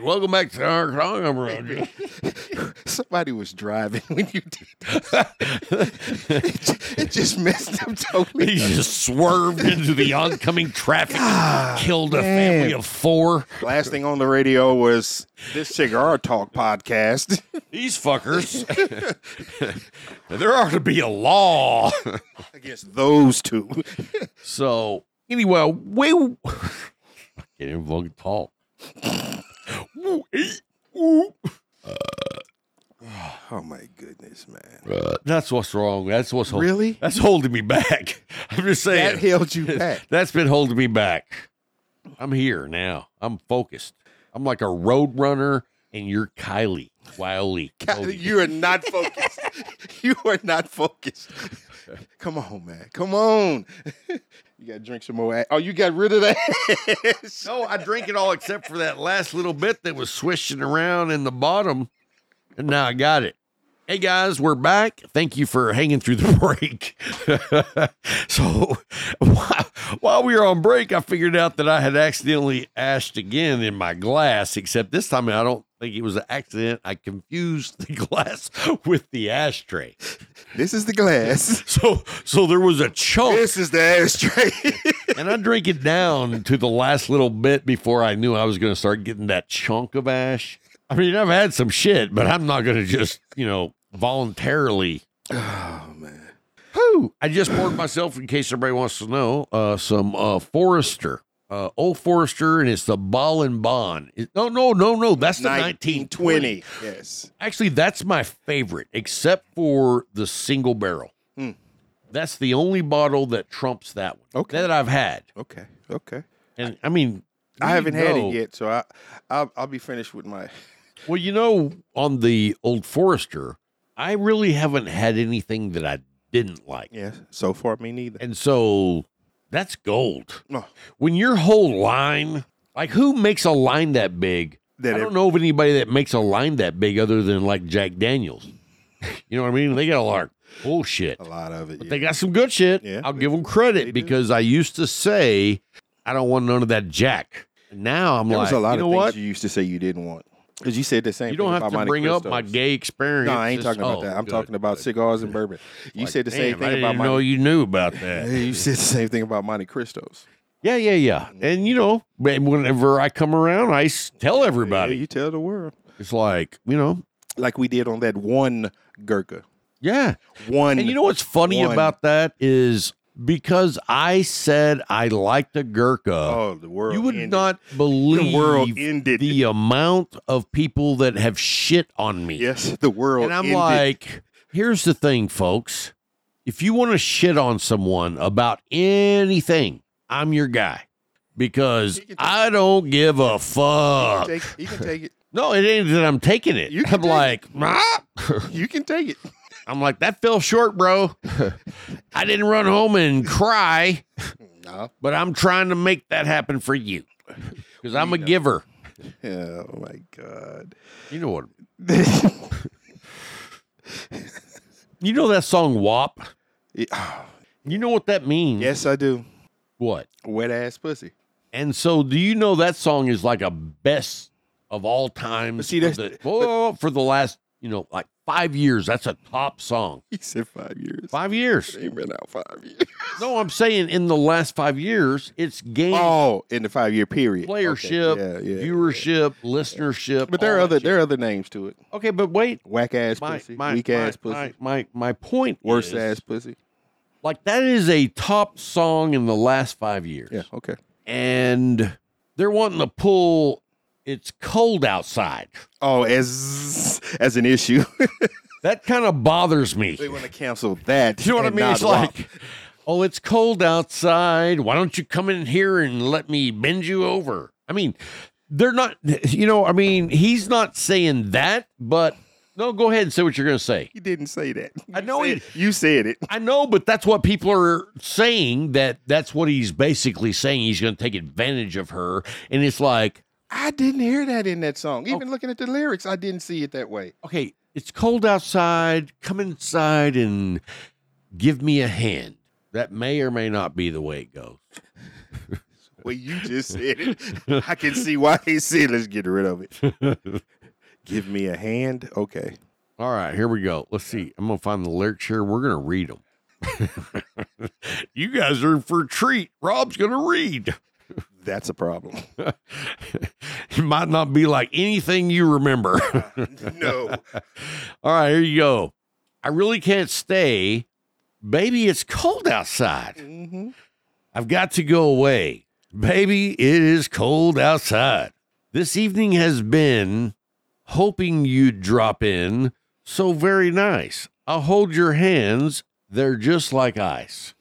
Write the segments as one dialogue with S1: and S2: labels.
S1: welcome back to our program, Roger.
S2: Somebody was driving when you did that. it, ju- it just messed up
S1: He
S2: totally.
S1: just swerved into the oncoming traffic, killed a
S2: man.
S1: family of four.
S2: Last thing on the radio was this cigar talk podcast.
S1: These fuckers. there ought to be a law.
S2: I guess those two.
S1: So anyway, we I can't even fucking talk. Woo, ee, woo.
S2: Oh my goodness, man!
S1: That's what's wrong. That's what's hol-
S2: Really?
S1: that's holding me back. I'm just
S2: That
S1: saying
S2: held you back.
S1: that's been holding me back. I'm here now. I'm focused. I'm like a road runner, and you're Kylie Wiley.
S2: God, You are not focused. you are not focused. Come on, man. Come on. you got to drink some more. a- Oh, you got rid of that.
S1: No, I drink it all except for that last little bit that was swishing around in the bottom. And now I got it. Hey guys, we're back. Thank you for hanging through the break. so while, while we were on break, I figured out that I had accidentally ashed again in my glass, except this time I don't think it was an accident. I confused the glass with the ashtray.
S2: this is the glass.
S1: So so there was a chunk
S2: This is the ashtray.
S1: and I drink it down to the last little bit before I knew I was going to start getting that chunk of ash. I mean, I've had some shit, but I'm not going to just, you know, voluntarily.
S2: oh man.
S1: Whew. I just poured myself, in case everybody wants to know, uh, some uh, Forrester, uh, Old Forrester, and it's the Ball and Bond. It- no, no, no, no. That's the 1920.
S2: 1920. Yes.
S1: Actually, that's my favorite, except for the single barrel.
S2: Hmm.
S1: That's the only bottle that trumps that one
S2: Okay.
S1: that I've had.
S2: Okay. Okay.
S1: And I mean,
S2: I
S1: we
S2: haven't had
S1: know-
S2: it yet, so I I'll, I'll be finished with my.
S1: Well, you know, on the Old Forester, I really haven't had anything that I didn't like.
S2: Yes. So far, me neither.
S1: And so that's gold.
S2: Oh,
S1: When your whole line, like who makes a line that big?
S2: that
S1: I
S2: it-
S1: don't know of anybody that makes a line that big other than like Jack Daniels. you know what I mean? They got a lot of bullshit.
S2: a lot of it.
S1: But
S2: yeah.
S1: they got some good shit.
S2: Yeah,
S1: I'll
S2: they-
S1: give them
S2: they do.
S1: credit because I used to say, I don't want none of that Jack. Now I'm
S2: there
S1: like,
S2: was a lot
S1: you know
S2: of things
S1: what?
S2: you used to say you didn't want because you said the same.
S1: You don't
S2: thing
S1: have
S2: about
S1: to
S2: Monte
S1: bring up my
S2: Cristos.
S1: gay experience.
S2: No, I ain't talking about
S1: Oh,
S2: that. I'm
S1: good,
S2: talking about
S1: good.
S2: cigars and bourbon. You
S1: Like,
S2: said the
S1: damn,
S2: same
S1: I
S2: thing about
S1: didn't know
S2: Monte.
S1: you knew about
S2: Yeah,
S1: that.
S2: You said the same thing about Monte Cristo's.
S1: Yeah, yeah, yeah. And you know, man, whenever I come around, I s- tell
S2: Yeah,
S1: everybody.
S2: you tell the world
S1: It's like you know,
S2: like we did on that one Gurkha.
S1: yeah.
S2: One.
S1: And you know what's funny
S2: One.
S1: about that is because I said I liked a Gurkha.
S2: oh, the world.
S1: you would
S2: ended.
S1: not
S2: The
S1: believe
S2: world ended.
S1: the amount of people that have shit on me.
S2: yes, the world.
S1: And I'm
S2: ended.
S1: like, here's the thing, folks. If you want to shit on someone about anything, I'm your guy because
S2: You can take-
S1: I don't give a
S2: You can
S1: fuck.
S2: take, you can take it.
S1: No, it ain't that I'm taking it.
S2: You can
S1: I'm
S2: take it.
S1: like, "Ah."
S2: You can take it.
S1: I'm like, that fell short, bro. I didn't run home and cry,
S2: No.
S1: but I'm trying to make that happen for you because I'm a giver.
S2: Oh my god.
S1: You know what? You know that song WAP? You know what that means?
S2: yes, I do.
S1: What?
S2: Wet ass pussy.
S1: And so, do you know that song is like a best of all time?
S2: But see,
S1: for
S2: that's-
S1: the,
S2: but-
S1: Whoa, for the last, you know, like five years. That's a top song.
S2: He said five years.
S1: Five years.
S2: Ain't been out five years.
S1: No, I'm saying in the last five years, it's gained
S2: Oh, in the five year period. Okay,
S1: playership,
S2: Yeah, yeah.
S1: viewership, listenership.
S2: But there are
S1: all
S2: other
S1: that
S2: there are other names to it.
S1: shit. Okay, but wait.
S2: Whack ass
S1: My
S2: pussy.
S1: my
S2: Weak
S1: my,
S2: ass pussy.
S1: my my my point.
S2: worse
S1: is,
S2: ass pussy.
S1: Like that is a top song in the last five years.
S2: Yeah, okay.
S1: And they're wanting to pull. It's cold outside.
S2: Oh, as as an issue.
S1: That kind of bothers me.
S2: they want to cancel that.
S1: You know what I
S2: and
S1: mean?
S2: not
S1: It's
S2: WAP.
S1: like, oh, it's cold outside. Why don't you come in here and let me bend you over? I mean, they're not, you know, I mean, he's not saying that, but no, go ahead and say what you're going to say.
S2: he didn't say that.
S1: I
S2: You
S1: know he-
S2: said, you said it.
S1: I know, but that's what people are saying that that's what he's basically saying. He's going to take advantage of her. And it's like,
S2: I didn't hear that in that song. Even looking at the lyrics, I didn't see it that way.
S1: okay, it's cold outside. Come inside and give me a hand. That may or may not be the way it goes.
S2: way you just said it, I can see why he said, let's get rid of it. Give me a hand. Okay.
S1: All right, here we go. Let's see. I'm gonna find the lyrics here. We're gonna read them. you guys are in for a treat. Rob's gonna read.
S2: That's a problem.
S1: It might not be like anything you remember.
S2: no.
S1: All right, here you go. I really can't stay. Baby, it's cold outside.
S2: hmm
S1: I've got to go away. Baby, it is cold outside. This evening has been hoping you'd drop in. So very nice. I'll hold your hands. They're just like ice.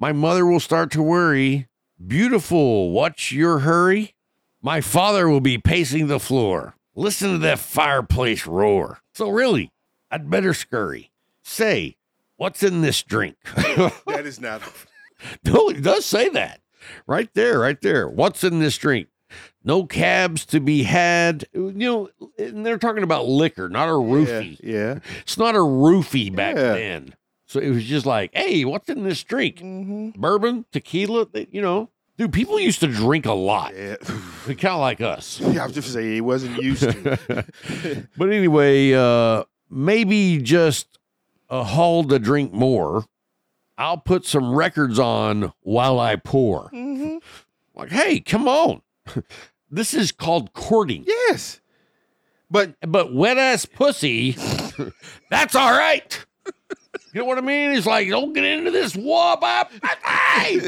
S1: My mother will start to worry. Beautiful, what's your hurry? My father will be pacing the floor. Listen to that fireplace roar. So, really, I'd better scurry. Say, what's in this drink?
S2: That is not.
S1: No, it does say that. Right there, right there. What's in this drink? No cabs to be had. You know, and they're talking about liquor, not a roofie.
S2: Yeah.
S1: It's not a roofie back
S2: Yeah.
S1: then. So it was just like, hey, what's in this drink?
S2: Mm-hmm.
S1: Bourbon, tequila, th- you know. Dude, people used to drink a lot,
S2: Yeah.
S1: kind of like us.
S2: I was just saying, he wasn't used to.
S1: But anyway, uh, maybe just a haul to drink more. I'll put some records on while I pour.
S2: hmm
S1: Like, hey, come on. this is called courting.
S2: Yes. But
S1: But wet ass pussy, that's all right. You know what I mean? He's like, don't get into this wop up. Hey,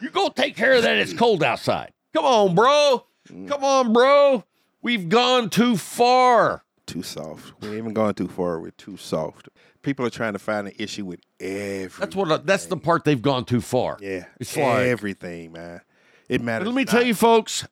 S1: you go take care of that. It's cold outside. Come on, bro. Come on, bro. We've gone too far.
S2: too soft. We ain't even going too far. We're too soft. People are trying to find an issue with everything.
S1: That's what. that's the part they've gone too far.
S2: Yeah.
S1: It's like-
S2: everything, man. It
S1: But
S2: matters.
S1: let me tell you, folks,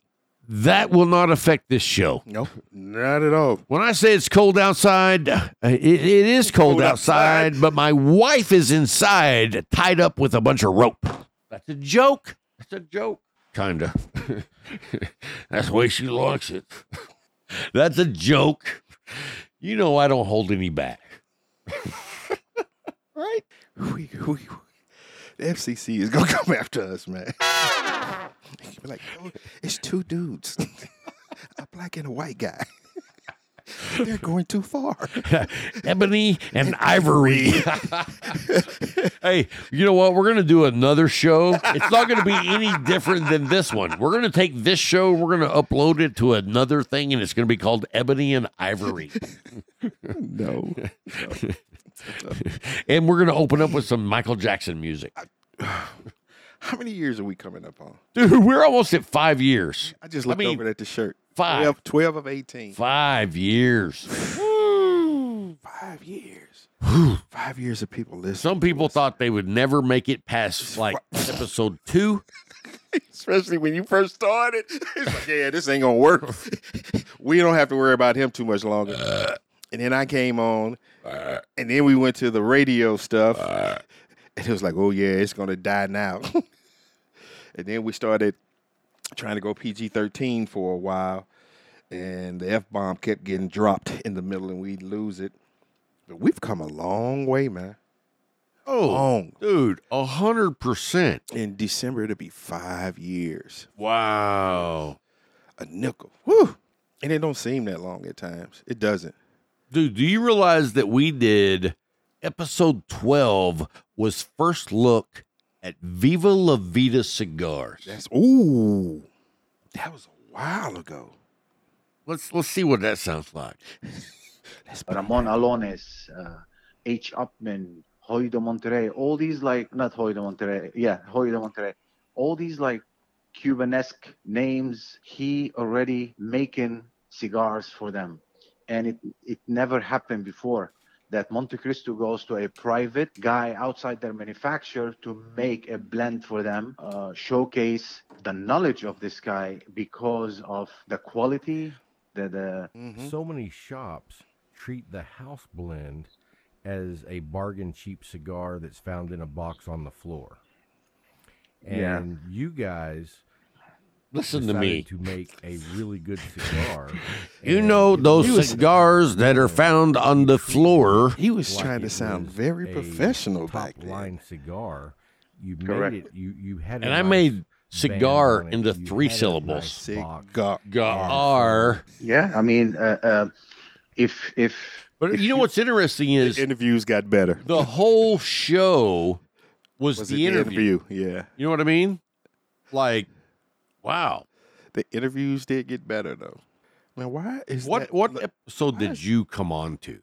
S1: that will not affect this show.
S2: No, not at all.
S1: When I say it's cold outside, uh, it, it is cold,
S2: Cold
S1: outside,
S2: outside.
S1: but my wife is inside tied up with a bunch of rope. That's a joke. That's a joke. Kinda. That's the way she likes it. That's a joke. You know, I don't hold any back. right?
S2: We, we, the FCC is gonna come after us, man. Be like, "Oh, it's two dudes, a black and a white guy. They're going too far.
S1: Ebony and ivory. hey, you know what? We're going to do another show. It's not going to be any different than this one. We're going to take this show, we're going to upload it to another thing, and it's going to be called Ebony and Ivory.
S2: No,
S1: and we're going to open up with some Michael Jackson music.
S2: how many years are we coming up on?
S1: Dude, we're almost at five years.
S2: I just looked
S1: mean,
S2: over at the shirt.
S1: five.
S2: 12, 12 of eighteen.
S1: Five years.
S2: Five years. Five years of people listening.
S1: Some people thought they would never make it past like episode two.
S2: especially when you first started. It's like, yeah, this ain't gonna work. we don't have to worry about him too much longer. and then I came on, and then we went to the radio stuff, and it was like, oh yeah, it's gonna die now. and then we started trying to go PG thirteen for a while, and the f bomb kept getting dropped in the middle, and we'd lose it. But we've come a long way, man.
S1: Oh.
S2: Long.
S1: dude, a hundred percent.
S2: In December, it'll be five years.
S1: Wow.
S2: a nickel. Whew. And it don't seem that long at times. It doesn't.
S1: Dude, do you realize that we did episode 12 was first look at Viva La Vida cigars.
S2: That's ooh. That was a while ago.
S1: Let's let's see what that sounds like.
S2: That's
S3: Ramon Alones, uh, H. Upman, Hoy de Monterrey, all these like, not Hoy de Monterrey, yeah, Hoy de Monterrey, all these like Cubanesque names, he already making cigars for them. And it, it never happened before that Monte Cristo goes to a private guy outside their manufacturer to make a blend for them, uh, showcase the knowledge of this guy because of the quality, the, the
S1: Mm-hmm.
S2: Mhm.
S4: So many shops treat the house blend as a bargain cheap cigar that's found in a box on the floor. And
S3: Yeah.
S4: you guys
S1: Listen to
S4: decided
S1: me.
S4: to make a really good cigar.
S1: You
S4: and
S1: know
S4: it
S1: those
S4: was-
S1: cigars that are found on the floor.
S2: He was
S4: like
S2: trying to
S4: it
S2: sound
S4: was
S2: very
S4: a
S2: professional
S4: top
S2: back then.
S4: line cigar. You
S3: Correct.
S4: made it. You you had. a
S1: And I
S4: nice
S1: made Cigar
S4: band on it,
S1: into
S4: you
S1: three
S4: had it in a
S1: syllables.
S4: nice box.
S2: Cigar.
S1: Gar.
S3: Yeah, I mean, uh, uh, if if
S1: But you know what's interesting
S2: The
S1: is
S2: interviews got better.
S1: the whole show was,
S2: Was it
S1: the interview.
S2: Yeah.
S1: You know what I mean? Like, wow.
S2: The interviews did get better though. Now why is
S1: what
S2: that
S1: what episode
S2: why
S1: did
S2: is-
S1: you come on to?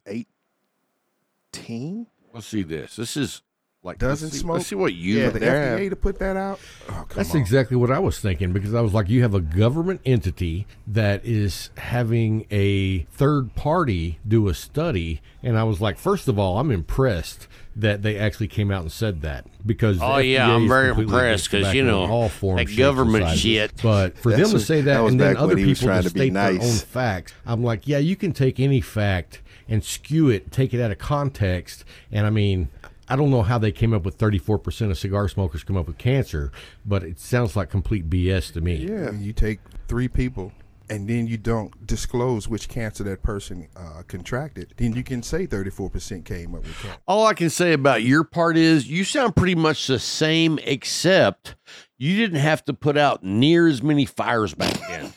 S2: 18?
S1: Let's see this. This is like let's
S5: Doesn't
S1: see-
S5: smoke?
S1: Let's see what you.
S2: Yeah,
S5: For the
S2: they're having-
S5: FDA to put that out? Oh, come
S4: That's
S5: on.
S4: exactly what I was thinking because I was like, you have a government entity that is having a third party do a study. And I was like, first of all, I'm impressed that they actually came out and said that because the
S1: Oh, yeah,
S4: FDA
S1: I'm
S4: is
S1: very
S4: completely
S1: impressed 'cause,
S4: back
S1: you
S4: on
S1: know,
S4: all forms
S1: that
S4: shapes,
S1: government
S4: and sizes.
S1: shit.
S4: But for
S2: That's
S4: them to
S2: what-
S4: say
S2: that
S4: that,
S2: was
S4: and then
S2: back
S4: other
S2: when he was
S4: people
S2: trying
S4: to,
S2: to be
S4: state their own
S2: nice.
S4: facts, I'm like, yeah, you can take any fact and skew it, take it out of context, and I mean. I don't know how they came up with 34% of cigar smokers come up with cancer, but it sounds like complete BS to me.
S2: Yeah.
S5: You take three people and then you don't disclose which cancer that person uh, contracted, then you can say 34% came up with cancer.
S1: All I can say about your part is you sound pretty much the same, except you didn't have to put out near as many fires back then.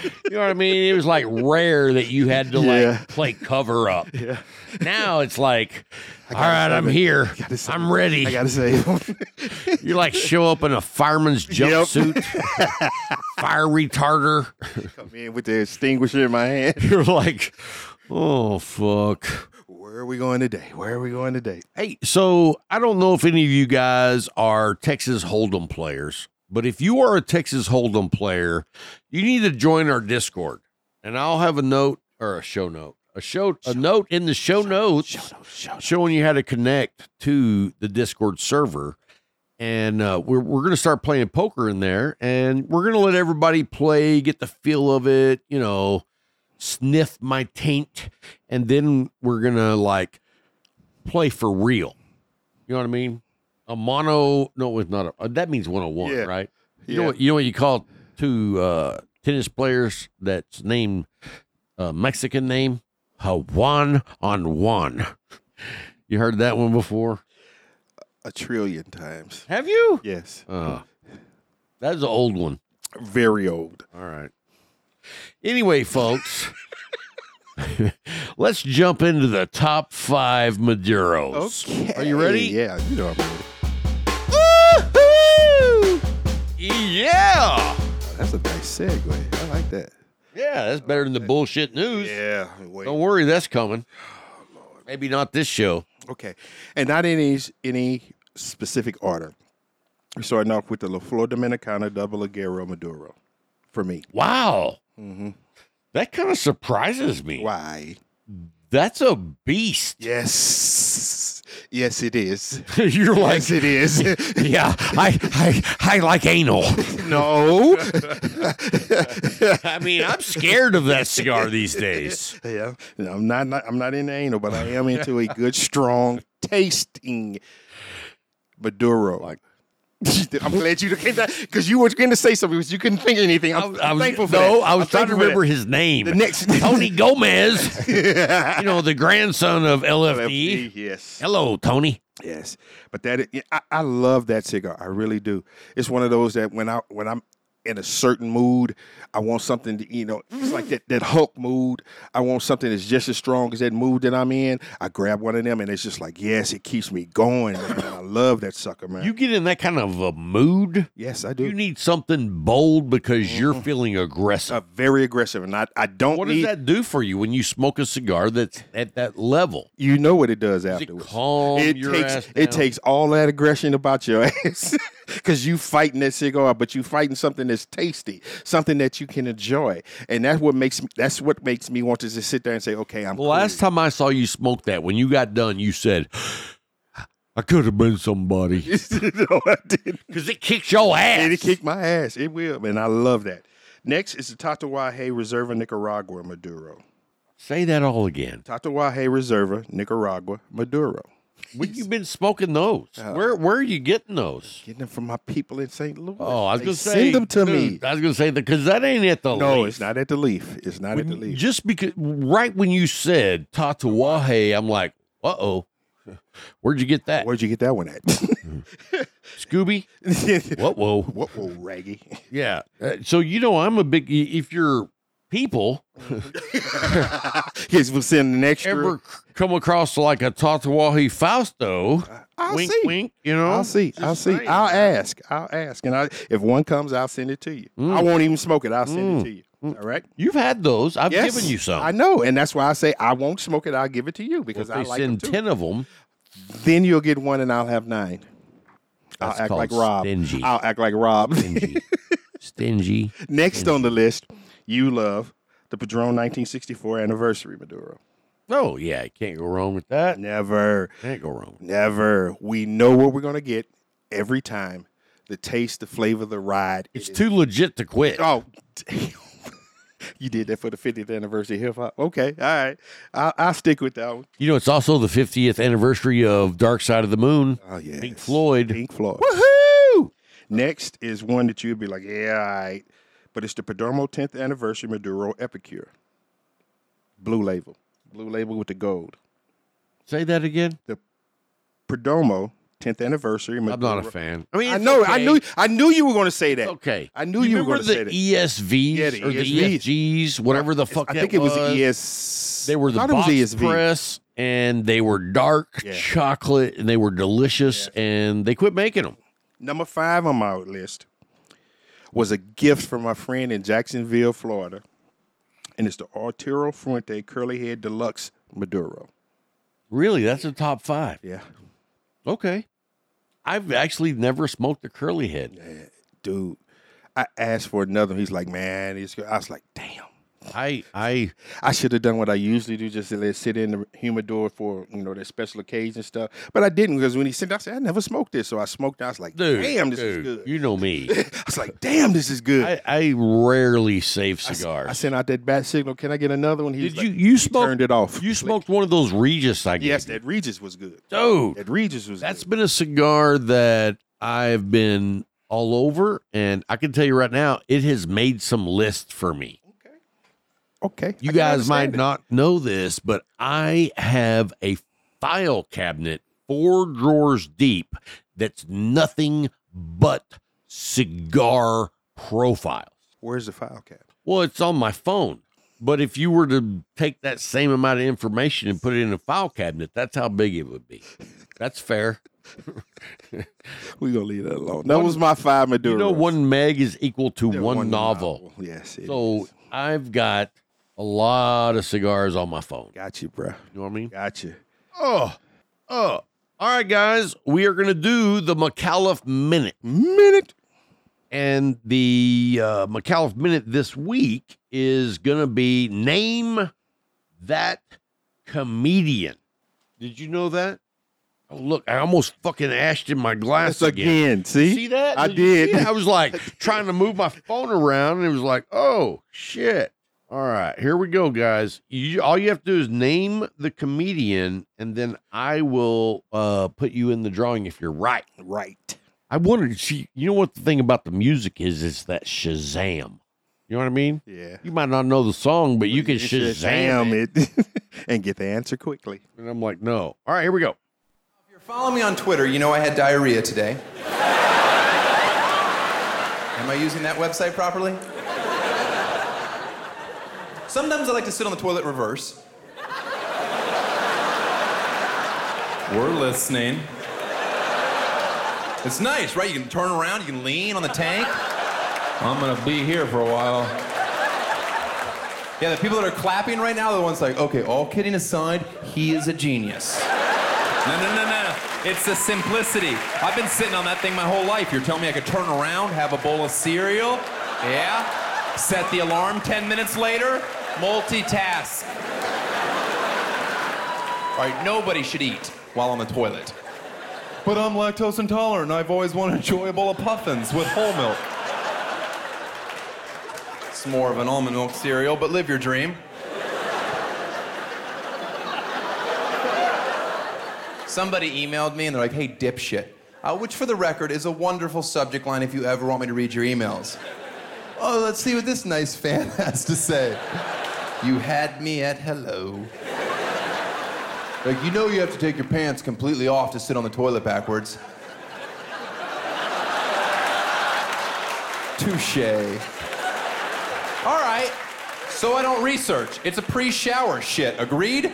S1: you know what I mean? It was like rare that you had to
S2: Yeah.
S1: like play cover up.
S2: Yeah.
S1: Now it's like, all
S2: gotta
S1: right,
S2: save
S1: I'm
S2: it.
S1: here.
S2: gotta save
S1: I'm
S2: it.
S1: ready.
S2: I gotta say
S1: You like show up in a fireman's
S2: Yep.
S1: jumpsuit, fire retarder.
S2: come in with the extinguisher in my hand.
S1: You're like, oh fuck.
S2: Where are we going today? Where are we going today?
S1: Hey, so I don't know if any of you guys are Texas Hold'em players, but if you are a Texas Hold'em player, you need to join our Discord. And I'll have a note or a show note. A show a note in the show notes showing you how to connect to the Discord server. And uh, we're, we're going to start playing poker in there and we're going to let everybody play, get the feel of it, you know, sniff my taint. And then we're going to like play for real. You know what I mean? A mono, no, it's not a, that means 101,
S2: Yeah.
S1: right? You, know
S2: Yeah.
S1: what, you know what you call two uh, tennis players that's named uh, Mexican name? A one on one. You heard that one before?
S2: A trillion times.
S1: Have you?
S2: Yes.
S1: Uh, that's an old one.
S2: Very old.
S1: All right. Anyway, folks, let's jump into the top five Maduros. Are you ready?
S2: Yeah, you know I'm ready.
S1: Woo-hoo! Yeah.
S2: That's a nice segue. I like that.
S1: Yeah, that's better than the bullshit news.
S2: Yeah. Wait.
S1: Don't worry, that's coming. Maybe not this show.
S2: Okay. And not in any, any specific order. We're starting off with the La Flor Dominicana Double Aguero Maduro for me.
S1: Wow.
S2: Mm-hmm.
S1: That kind of surprises me.
S2: Why?
S1: That's a beast.
S2: Yes. Yes, it is.
S1: You're like,
S2: yes, it is.
S1: yeah, I, I, I like anal.
S2: no.
S1: I mean, I'm scared of that cigar these days.
S2: Yeah, I'm not, not I'm not into anal, but I am into a good, strong tasting Maduro. Like, I'm glad you came back because you were going to say something because you couldn't think of anything. I'm,
S1: I
S2: I'm
S1: was,
S2: thankful for
S1: no,
S2: that.
S1: I was trying to
S2: I'm thankful for
S1: remember his name.
S2: that. the next.
S1: Tony Gomez, you
S2: you
S1: know, the grandson of LFD.
S2: yes,
S1: Hello, Tony.
S2: yes, but that yeah, I, I love that cigar. I really do. It's one of those that when I when I'm in a certain mood, I want something to you know, it's
S1: Mm-hmm.
S2: like that that Hulk mood. I want something that's just as strong as that mood that I'm in. I grab one of them, and it's just like yes, it keeps me going. Man. I love that sucker, man.
S1: You get in that kind of a mood.
S2: yes, I do.
S1: You need something bold because you're feeling aggressive.
S2: uh, very aggressive, and I I don't
S1: What does
S2: need.
S1: that do for you when you smoke a cigar that's at that level?
S2: You know what it does
S1: Does it
S2: afterwards.
S1: calm
S2: it
S1: your
S2: takes
S1: ass
S2: it
S1: down?
S2: takes all that aggression about your ass because you fighting that cigar, but you fighting something that's tasty, something that you can enjoy, and that's what makes me, that's what makes me want to just sit there and say, okay, I'm
S1: The last
S2: cool.
S1: time I saw you smoke that, when you got done, you said, "I could have been somebody,"
S2: no, I didn't.
S1: because it kicks your ass.
S2: And it kicked my ass. It will, and I love that. Next is the Tatawahe Reserva Nicaragua Maduro.
S1: Say that all again.
S2: Tatawahe Reserva Nicaragua Maduro.
S1: When you been smoking those?
S2: Uh,
S1: where where are you getting those?
S2: Getting them from my people in St. Louis.
S1: Oh, I was
S2: They
S1: gonna say,
S2: send them to me.
S1: dude, I was gonna say that because that ain't at the
S2: No,
S1: leaf.
S2: it's not at the leaf. It's not at the leaf.
S1: Just because, right when you said Tatawahe, I'm like, uh oh, Where'd you get that,
S2: Where'd you get that one at?
S1: Scooby? What? Whoa.
S2: what will Raggy?
S1: Yeah. Uh, so you know, I'm a big. If your people
S2: He's was sending an extra.
S1: ever c- come across like a Tatawahi Fausto,
S2: I'll
S1: wink,
S2: see.
S1: wink, you know,
S2: I'll see. I'll see.
S1: saying.
S2: I'll ask. I'll ask. And I, if one comes, I'll send it to you. I
S1: Mm.
S2: won't even smoke it. I'll send
S1: Mm.
S2: it to you. All right.
S1: you've had those. I've
S2: Yes,
S1: given you some.
S2: I know, and that's why I say I won't smoke it. I'll give it to you
S1: Well, if
S2: because
S1: they
S2: I like them
S1: send
S2: too.
S1: ten of them,
S2: Then you'll get one, and I'll have nine.
S1: That's
S2: I'll act
S1: called
S2: like Rob.
S1: stingy.
S2: I'll act like Rob.
S1: stingy, stingy.
S2: Next on the list, you love the Padron 1964 anniversary Maduro.
S1: Oh yeah, can't go wrong with that.
S2: Never,
S1: Can't go wrong.
S2: never. We know what we're gonna get every time. The taste, the flavor, the ride.
S1: It's
S2: It is-
S1: too legit to quit.
S2: Oh, damn. you did that for the 50th anniversary hip hop. Okay, all right. I'll, I'll stick with that one.
S1: You know, it's also the 50th anniversary of Dark Side of the Moon.
S2: Oh yeah,
S1: Pink Floyd.
S2: Pink Floyd.
S1: Woohoo!
S2: Next is one that you'd be like, yeah, all right. But it's the Perdomo 10th anniversary Maduro Epicure. Blue label. Blue label with the gold.
S1: Say that again.
S2: Perdomo 10th anniversary Maduro.
S1: I'm not a fan. I mean,
S2: I
S1: it's
S2: know, I
S1: okay.
S2: knew I knew you were gonna say that.
S1: It's okay.
S2: I knew you, were
S1: remember
S2: gonna say
S1: the
S2: that.
S1: ESVs
S2: Yeah, the E
S1: or the ESGs, whatever the fuck
S2: I
S1: that
S2: think it was, E
S1: was.
S2: ES.
S1: They were the
S2: I thought
S1: box
S2: it was ESV.
S1: press, and they were dark
S2: Yeah.
S1: chocolate, and they were delicious, and they quit making them.
S2: Number five on my list was a gift from my friend in Jacksonville, Florida. And it's the Arturo Fuente Curly Head Deluxe Maduro.
S1: Really, that's the top five.
S2: Yeah.
S1: Okay. I've actually never smoked a curly head.
S2: dude, I asked for another. one. He's like, man, he's good. I was like, damn,
S1: I I
S2: I should have done what I usually do, just to let it sit in the humidor for you know that special occasion stuff. But I didn't because when he sent, it, I said I never smoked this, so I smoked. it. I was like,
S1: dude,
S2: damn, this is
S1: dude,
S2: good.
S1: You know me.
S2: I was like, damn, this is good.
S1: I, I rarely save
S2: I s-
S1: cigars.
S2: I, sent out that bat signal. Can I get another one? He
S1: Did
S2: was
S1: you
S2: like-
S1: you
S2: he turned
S1: smoked
S2: it off?
S1: you smoked one of those Regis? I
S2: Like, yes,
S1: guess.
S2: that Regis was good.
S1: Dude,
S2: That Regis was.
S1: That's
S2: good.
S1: been a cigar that I've been all over, and I can tell you right now, it has made some lists for me.
S2: okay.
S1: You
S2: I can
S1: guys might
S2: understand it.
S1: not know this, but I have a file cabinet four drawers deep that's nothing but cigar profiles.
S2: Where's the file cap?
S1: Well, it's on my phone. But if you were to take that same amount of information and put it in a file cabinet, that's how big it would be. That's fair.
S2: We gonna leave that alone. That was my five Maduro.
S1: You know, one meg is equal to
S2: Yeah,
S1: one, novel.
S2: Yes. it
S1: So
S2: is.
S1: I've got a lot of cigars on my phone.
S2: got you, bruh.
S1: You know what I mean?
S2: Gotcha.
S1: Oh, oh. All right, guys, we are going to do the McAuliffe Minute.
S2: Minute.
S1: And the uh, McAuliffe Minute this week is going to be Name That Comedian. Did you know that? Oh, look, I almost fucking ashed in my glass
S2: That's again. See?
S1: See that?
S2: I
S1: you
S2: did.
S1: see it? I was like trying to move my phone around, and it was like, oh shit. All right, here we go, guys. You, all you have to do is name the comedian, and then I will uh, put you in the drawing if you're right.
S2: Right.
S1: I wondered. See, you know what the thing about the music is? Is that Shazam. You know what I mean?
S2: Yeah.
S1: You might not know the song, but you can Shazam, it.
S2: it and get the answer quickly.
S1: And I'm like, no. All right, here we go.
S6: Follow me on Twitter. You know I had diarrhea today. Am I using that website properly? Sometimes I like to sit on the toilet reverse. We're listening. It's nice, right? You can turn around, you can lean on the tank. I'm gonna be here for a while. Yeah, the people that are clapping right now are the ones like, okay, all kidding aside, he is a genius. No, no, no, no. It's the simplicity. I've been sitting on that thing my whole life. You're telling me I could turn around, have a bowl of cereal? Yeah? Set the alarm 10 minutes later? Multitask. All right, nobody should eat while on the toilet. But I'm lactose intolerant. I've always wanted to enjoy a bowl of puffins with whole milk. It's more of an almond milk cereal, but live your dream. Somebody emailed me and they're like, hey, dipshit. Uh, which, for the record, is a wonderful subject line if you ever want me to read your emails. Oh, let's see what this nice fan has to say. You had me at hello. Like, you know, you have to take your pants completely off to sit on the toilet backwards. Touche. All right. So I don't research. It's a pre shower shit. Agreed?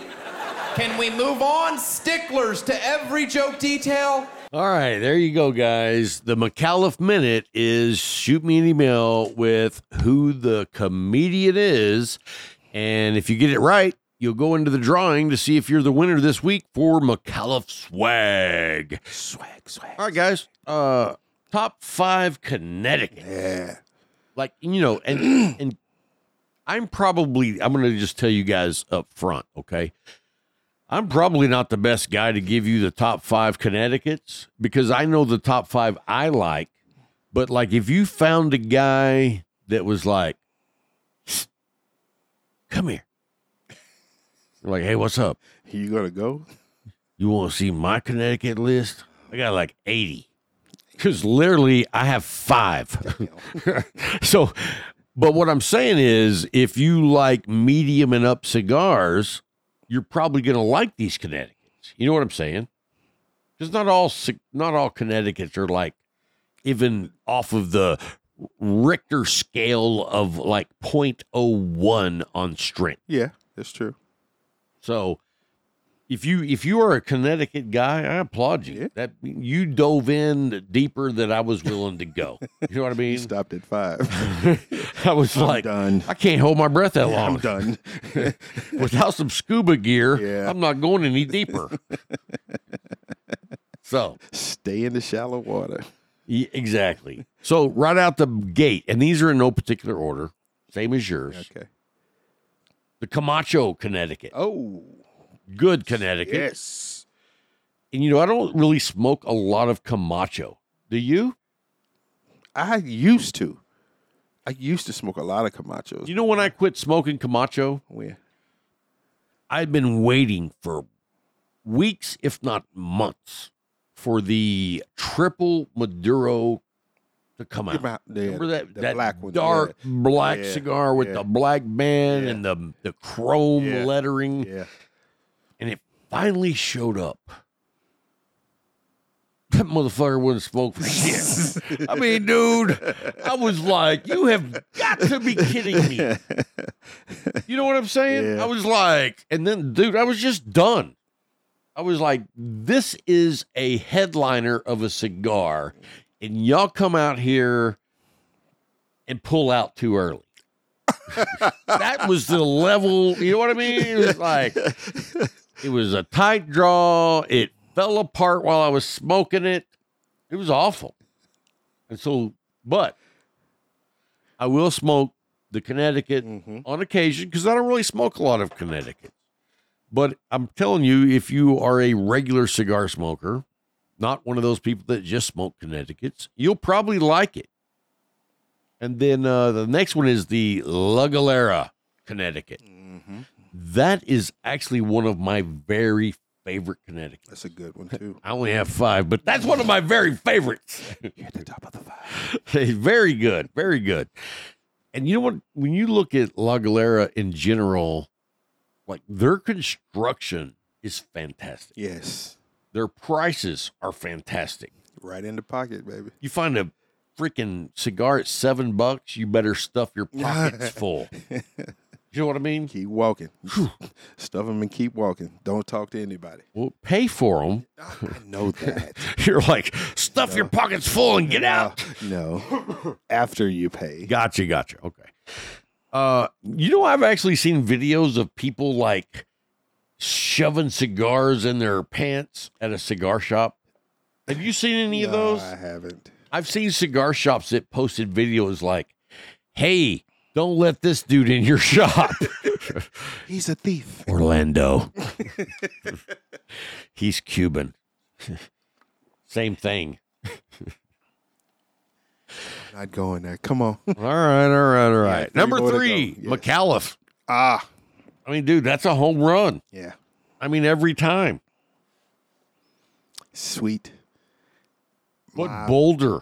S6: Can we move on? Sticklers to every joke detail?
S1: All right, there you go, guys. The McAuliffe Minute is shoot me an email with who the comedian is. And if you get it right, you'll go into the drawing to see if you're the winner this week for McAuliffe swag. Swag, swag. All right, guys. Uh, top five Connecticut.
S5: Yeah.
S1: Like, you know, and and I'm probably I'm gonna just tell you guys up front, okay? I'm probably not the best guy to give you the top five Connecticuts because I know the top five I like. But like, if you found a guy that was like, "Come here," You're like, "Hey, what's up?
S2: You gonna go?
S1: You want to see my Connecticut list? I got like 80." Because literally, I have five. so, but what I'm saying is, if you like medium and up cigars, you're probably going to like these Connecticut's. You know what I'm saying? Because not all ci- not all Connecticut's are like even off of the Richter scale of like 0.01 on strength.
S2: Yeah, that's true.
S1: So if you if you are a Connecticut guy, I applaud you. That you dove in deeper than I was willing to go. You know what I mean?
S2: Stopped at five.
S1: I was like,
S2: done.
S1: I can't hold my breath that long.
S2: I'm done.
S1: Without some scuba gear,
S2: Yeah.
S1: I'm not going any deeper. so,
S2: Stay in the shallow water.
S1: y- exactly. So, right out the gate, and these are in no particular order, same as yours.
S2: Okay.
S1: The Camacho, Connecticut.
S2: Oh
S1: Good Connecticut.
S2: yes.
S1: And you know, I don't really smoke a lot of Camacho. Do you?
S2: I used to. I used to smoke a lot of Camachos.
S1: You know, when I quit smoking Camacho,
S2: When?
S1: I've been waiting for weeks, if not months, for the triple Maduro to come out.
S2: Come out, yeah,
S1: Remember that,
S2: the
S1: that
S2: black one,
S1: dark black
S2: Yeah,
S1: cigar with
S2: yeah.
S1: the black band
S2: Yeah.
S1: and the, the chrome
S2: Yeah,
S1: lettering,
S2: Yeah.
S1: and it finally showed up. That motherfucker wouldn't smoke for shit. I mean, dude, I was like, you have got to be kidding me. You know what I'm saying?
S2: Yeah.
S1: I was like, and then, dude, I was just done. I was like, this is a headliner of a cigar, and y'all come out here and pull out too early. that was the level, you know what I mean? It was like, it was a tight draw. It fell apart while I was smoking it. It was awful. And so, but I will smoke the Connecticut
S2: Mhm.
S1: on occasion because I don't really smoke a lot of Connecticut. But I'm telling you, if you are a regular cigar smoker, not one of those people that just smoke Connecticuts, you'll probably like it. And then uh, the next one is the La Galera, Connecticut.
S2: Mm-hmm.
S1: That is actually one of my very favorite Connecticut.
S2: That's a good one too.
S1: I only have five, but that's one of my very favorites.
S2: You're at the top of the five.
S1: Hey, very good, very good. And you know what? When you look at La Galera in general, like their construction is fantastic.
S2: Yes.
S1: Their prices are fantastic.
S2: Right in the pocket, baby.
S1: You find a freaking cigar at seven bucks, you better stuff your pockets full. You know what I mean?
S2: Keep walking. Stuff them and keep walking. Don't talk to anybody.
S1: Well, pay for them.
S2: I know that.
S1: You're like, stuff your pockets full and get out.
S2: no. After you pay.
S1: Gotcha, gotcha. Okay. Uh, you know, I've actually seen videos of people like shoving cigars in their pants at a cigar shop. Have you seen any of
S2: No,
S1: those?
S2: I haven't.
S1: I've seen cigar shops that posted videos like, "Hey, don't let this dude in your shop."
S2: He's a thief.
S1: Orlando. He's Cuban. Same thing.
S2: Not going there. Come on.
S1: All right, all right, all right.
S2: three
S1: Number
S2: more to go.
S1: three,
S2: Yes.
S1: McAuliffe.
S2: ah.
S1: I mean, dude, that's a home run.
S2: Yeah.
S1: I mean, every time.
S2: Sweet.
S1: But
S2: Wow.
S1: Boulder,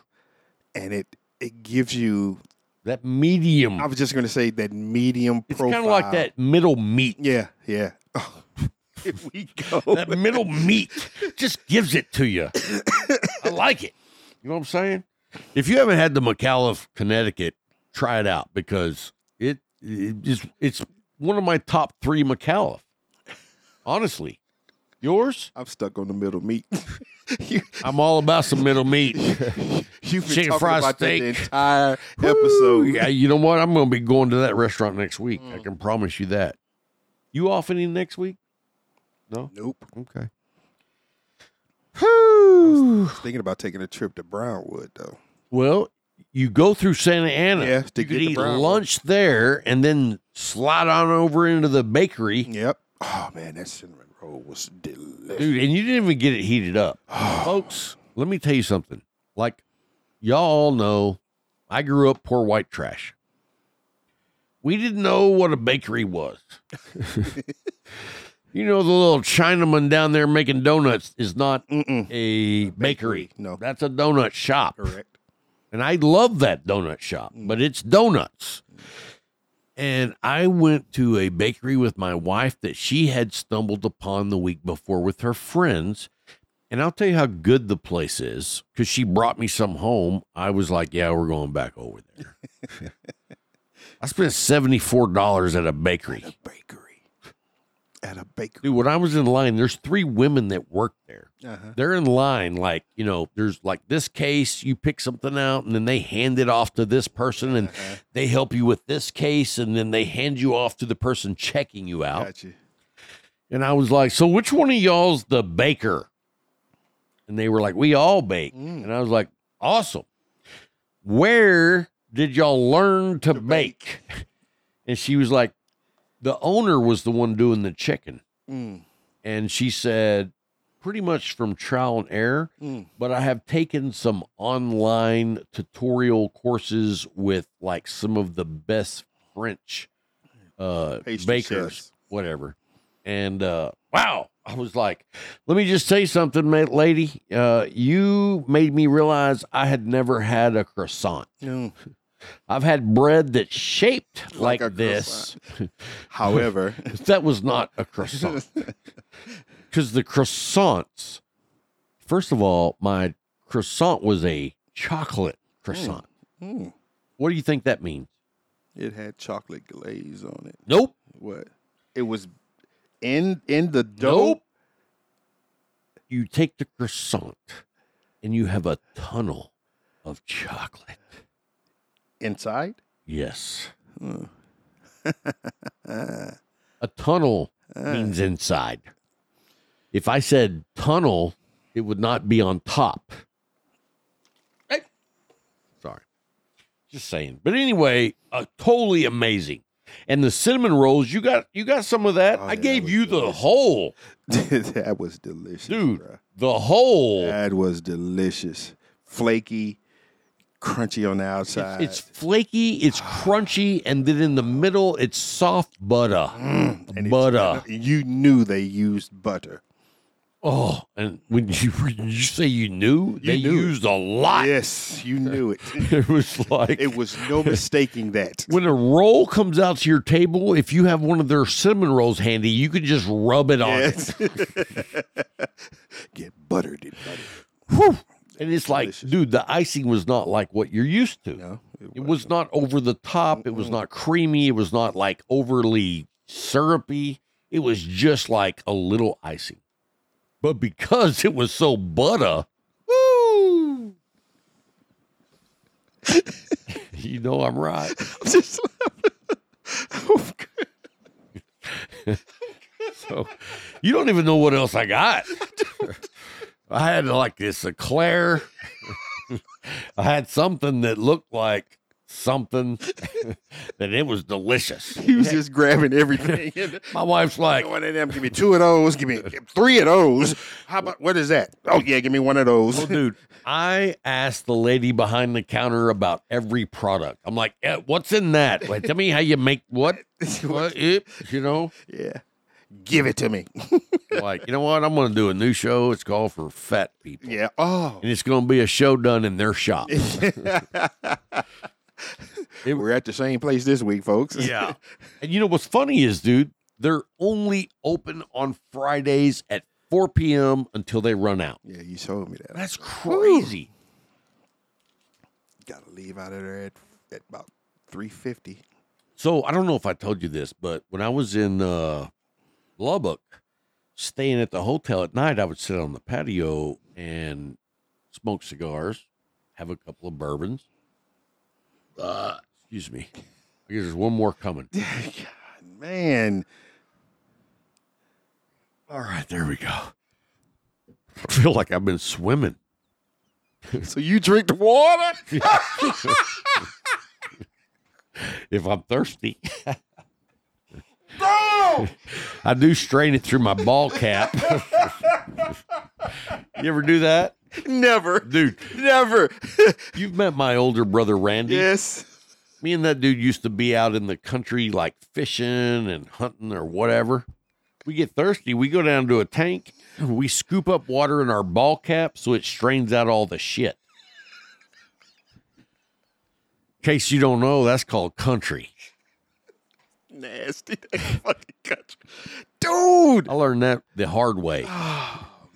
S2: And it it gives you
S1: that medium,
S2: I was just gonna say that medium
S1: it's
S2: profile.
S1: kind of like that middle meat.
S2: Yeah, yeah. Oh, we go.
S1: that middle meat just gives it to you. I like it. You know what I'm saying? If you haven't had the McAuliffe, Connecticut, try it out because it, it is it's one of my top three McAuliffe. Honestly, yours?
S2: I'm stuck on the middle meat. you,
S1: I'm all about some middle meat.
S2: you've been
S1: Chicken
S2: talking
S1: fried
S2: about that the
S1: steak.
S2: entire
S1: Woo!
S2: episode.
S1: Yeah, you know what? I'm going to be going to that restaurant next week.
S2: Mm.
S1: I can promise you that. You off any next week?
S2: Nope.
S1: Okay.
S2: I was thinking about taking a trip to Brownwood though.
S1: Well, you go through Santa Ana.
S2: Yeah, to
S1: you
S2: get
S1: could
S2: to
S1: eat
S2: Brownwood.
S1: lunch there and then slide on over into the bakery,
S2: Yep. Oh man, that cinnamon roll was delicious.
S1: dude. And you didn't even get it heated up, folks. Let me tell you something. Like y'all know, I grew up poor white trash. We didn't know what a bakery was. you know, the little Chinaman down there making donuts is not
S2: Mm-mm.
S1: a bakery.
S2: No.
S1: that's a donut shop.
S2: Correct. Mm.
S1: And I love that donut shop, but it's donuts. And I went to a bakery with my wife that she had stumbled upon the week before with her friends. And I'll tell you how good the place is because she brought me some home. I was like, yeah, we're going back over there. I spent $74 at a bakery.
S2: At a bakery. At a bakery.
S1: Dude, when I was in line, there's three women that work there
S2: Uh-huh.
S1: they're in line like you know there's like this case you pick something out and then they hand it off to this person and they help you with this case and then they hand you off to the person checking you out
S2: Gotcha.
S1: and i was like so which one of y'all's the baker and they were like we all bake and i was like awesome where did y'all learn to, bake? and she was like the owner was the one doing the chicken
S2: Mm.
S1: and she said pretty much from trial and error
S2: Mm.
S1: but i have taken some online tutorial courses with like some of the best french uh
S2: Pastry
S1: bakers
S2: chefs.
S1: whatever and uh wow i was like let me just say something ma- lady uh you made me realize i had never had a croissant
S2: Mm.
S1: i've had bread that's shaped like,
S2: Like a
S1: this
S2: However,
S1: that was
S2: Oh.
S1: not a croissant because the croissants, first of all, my croissant was a chocolate croissant.
S2: Mm.
S1: What do you think that means?
S2: it had chocolate glaze on it.
S1: Nope.
S2: What? It was in in the dough.
S1: Nope. You take the croissant and you have a tunnel of chocolate.
S2: inside.
S1: Yes. a tunnel means inside. If I said tunnel, it would not be on top. Hey. Sorry. Just saying. But anyway, uh, totally amazing. And the cinnamon rolls, you got you got some of that.
S2: Oh,
S1: I
S2: yeah, that
S1: gave
S2: was
S1: you the
S2: delicious.
S1: whole,
S2: that was delicious,
S1: dude.
S2: bruh.
S1: The whole.
S2: That was delicious, flaky, crunchy on the outside.
S1: It's flaky, it's
S2: Ah.
S1: crunchy, and then in the middle, it's soft butter.
S2: Mm. and it's-
S1: butter.
S2: you knew they used butter.
S1: Oh, and when you when you say you knew, they
S2: knew it.
S1: used a lot.
S2: Yes, you knew it.
S1: It was like
S2: It was no mistaking that.
S1: when a roll comes out to your table, if you have one of their cinnamon rolls handy, you could just rub it on it.
S2: Yes. Get buttered in butter.
S1: Whew. And it's like,
S2: Delicious.
S1: dude, the icing was not like what you're used to.
S2: No, it
S1: It was not over the top. It was not creamy. It was not like overly syrupy. It was just like a little icing. But because it was so butter, woo! you know I'm right.
S2: I'm just laughing.
S1: So you don't even know what else I got. I had like this eclair. I had something that looked like something, and it was delicious.
S2: he was just grabbing everything.
S1: My wife's like,
S2: One of them, give me two of those, give me three of those. How about what is that? Oh yeah, give me one of those.
S1: Well, dude, I asked the lady behind the counter about every product. I'm like, eh, "What's in that? Like, tell me how you make what? what it, you know,
S2: Yeah. Give it to me.
S1: like, you know what? I'm going to do a new show. It's called for fat people,
S2: Yeah. Oh.
S1: and it's going to be a show done in their shop.
S2: We're at the same place this week, folks.
S1: yeah, and you know what's funny is, dude, They're only open on Fridays at 4 p.m. until they run out.
S2: Yeah, you told me that.
S1: That's crazy.
S2: Got to leave out of there at, at about three fifty.
S1: So I don't know if I told you this, but when I was in uh, Lubbock, staying at the hotel at night, I would sit on the patio and smoke cigars, have a couple of bourbons. Uh, excuse me. I guess there's one more coming.
S2: Man,
S1: All right, there we go. I feel like I've been swimming.
S2: so you drink the water?
S1: If I'm thirsty,
S2: No.
S1: I do strain it through my ball cap. you ever do that?
S2: Never,
S1: Dude,
S2: never.
S1: you've met my older brother, Randy.
S2: yes.
S1: me and that dude used to be out in the country like fishing and hunting or whatever. We get thirsty, we go down to a tank, we scoop up water in our ball cap so it strains out all the shit. In case you don't know, that's called country.
S2: Nasty fucking country. Dude.
S1: I learned that the hard way.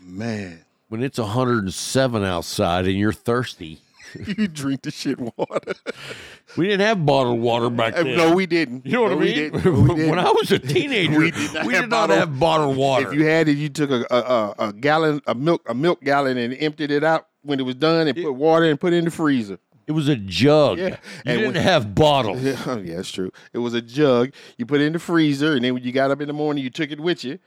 S2: Man.
S1: When it's 107 outside and you're thirsty,
S2: You drink the shit water.
S1: we didn't have bottled water back
S2: Uh,
S1: then.
S2: No, we didn't.
S1: you know what
S2: No,
S1: I
S2: we
S1: mean?
S2: didn't. No, we didn't.
S1: when I was a teenager, we did not, have, bottled, water.
S2: If you had it, you took a, a a- a gallon a milk a milk gallon and emptied it out when it was done and put water and put it in the freezer.
S1: It was a jug.
S2: Yeah.
S1: You
S2: And
S1: didn't
S2: when-
S1: have bottles.
S2: Yeah, Oh, yeah, that's true. It was a jug. You put it in the freezer, and then when you got up in the morning, you took it with you,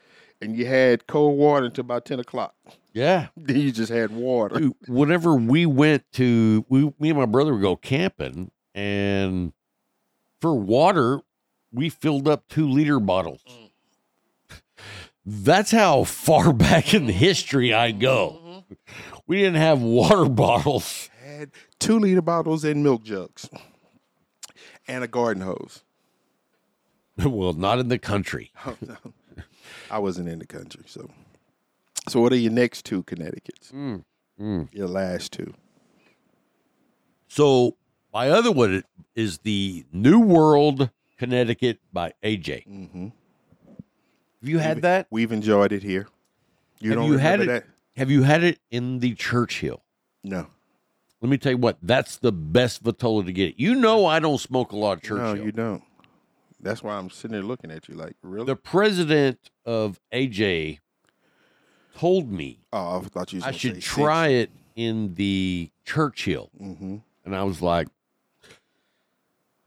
S2: and you had cold water until about ten o'clock.
S1: Yeah.
S2: Then you just had water.
S1: Dude, whenever we went to we me and my brother would go camping and for water, we filled up two liter bottles. Mm. That's how far back in the history I go. We didn't have water bottles.
S2: Had two liter bottles and milk jugs, and a garden hose.
S1: Well, not in the country.
S2: I wasn't in the country, so. So what are your next two Connecticut's?
S1: Mm,
S2: Your last two.
S1: So my other one is the New World Connecticut by AJ. Have you had that?
S2: We've enjoyed it here. You
S1: have
S2: don't
S1: you had
S2: remember
S1: it?
S2: that?
S1: Have you had it in the Churchill?
S2: No.
S1: Let me tell you what. That's the best Vitola to get. You know I don't smoke a lot of
S2: No,
S1: Churchill.
S2: you don't. That's why I'm sitting there looking at you like, really?
S1: the president of AJ told me
S2: oh, I thought you was
S1: I
S2: gonna say
S1: should
S2: six.
S1: try it in the Churchill,
S2: Mhm.
S1: and I was like,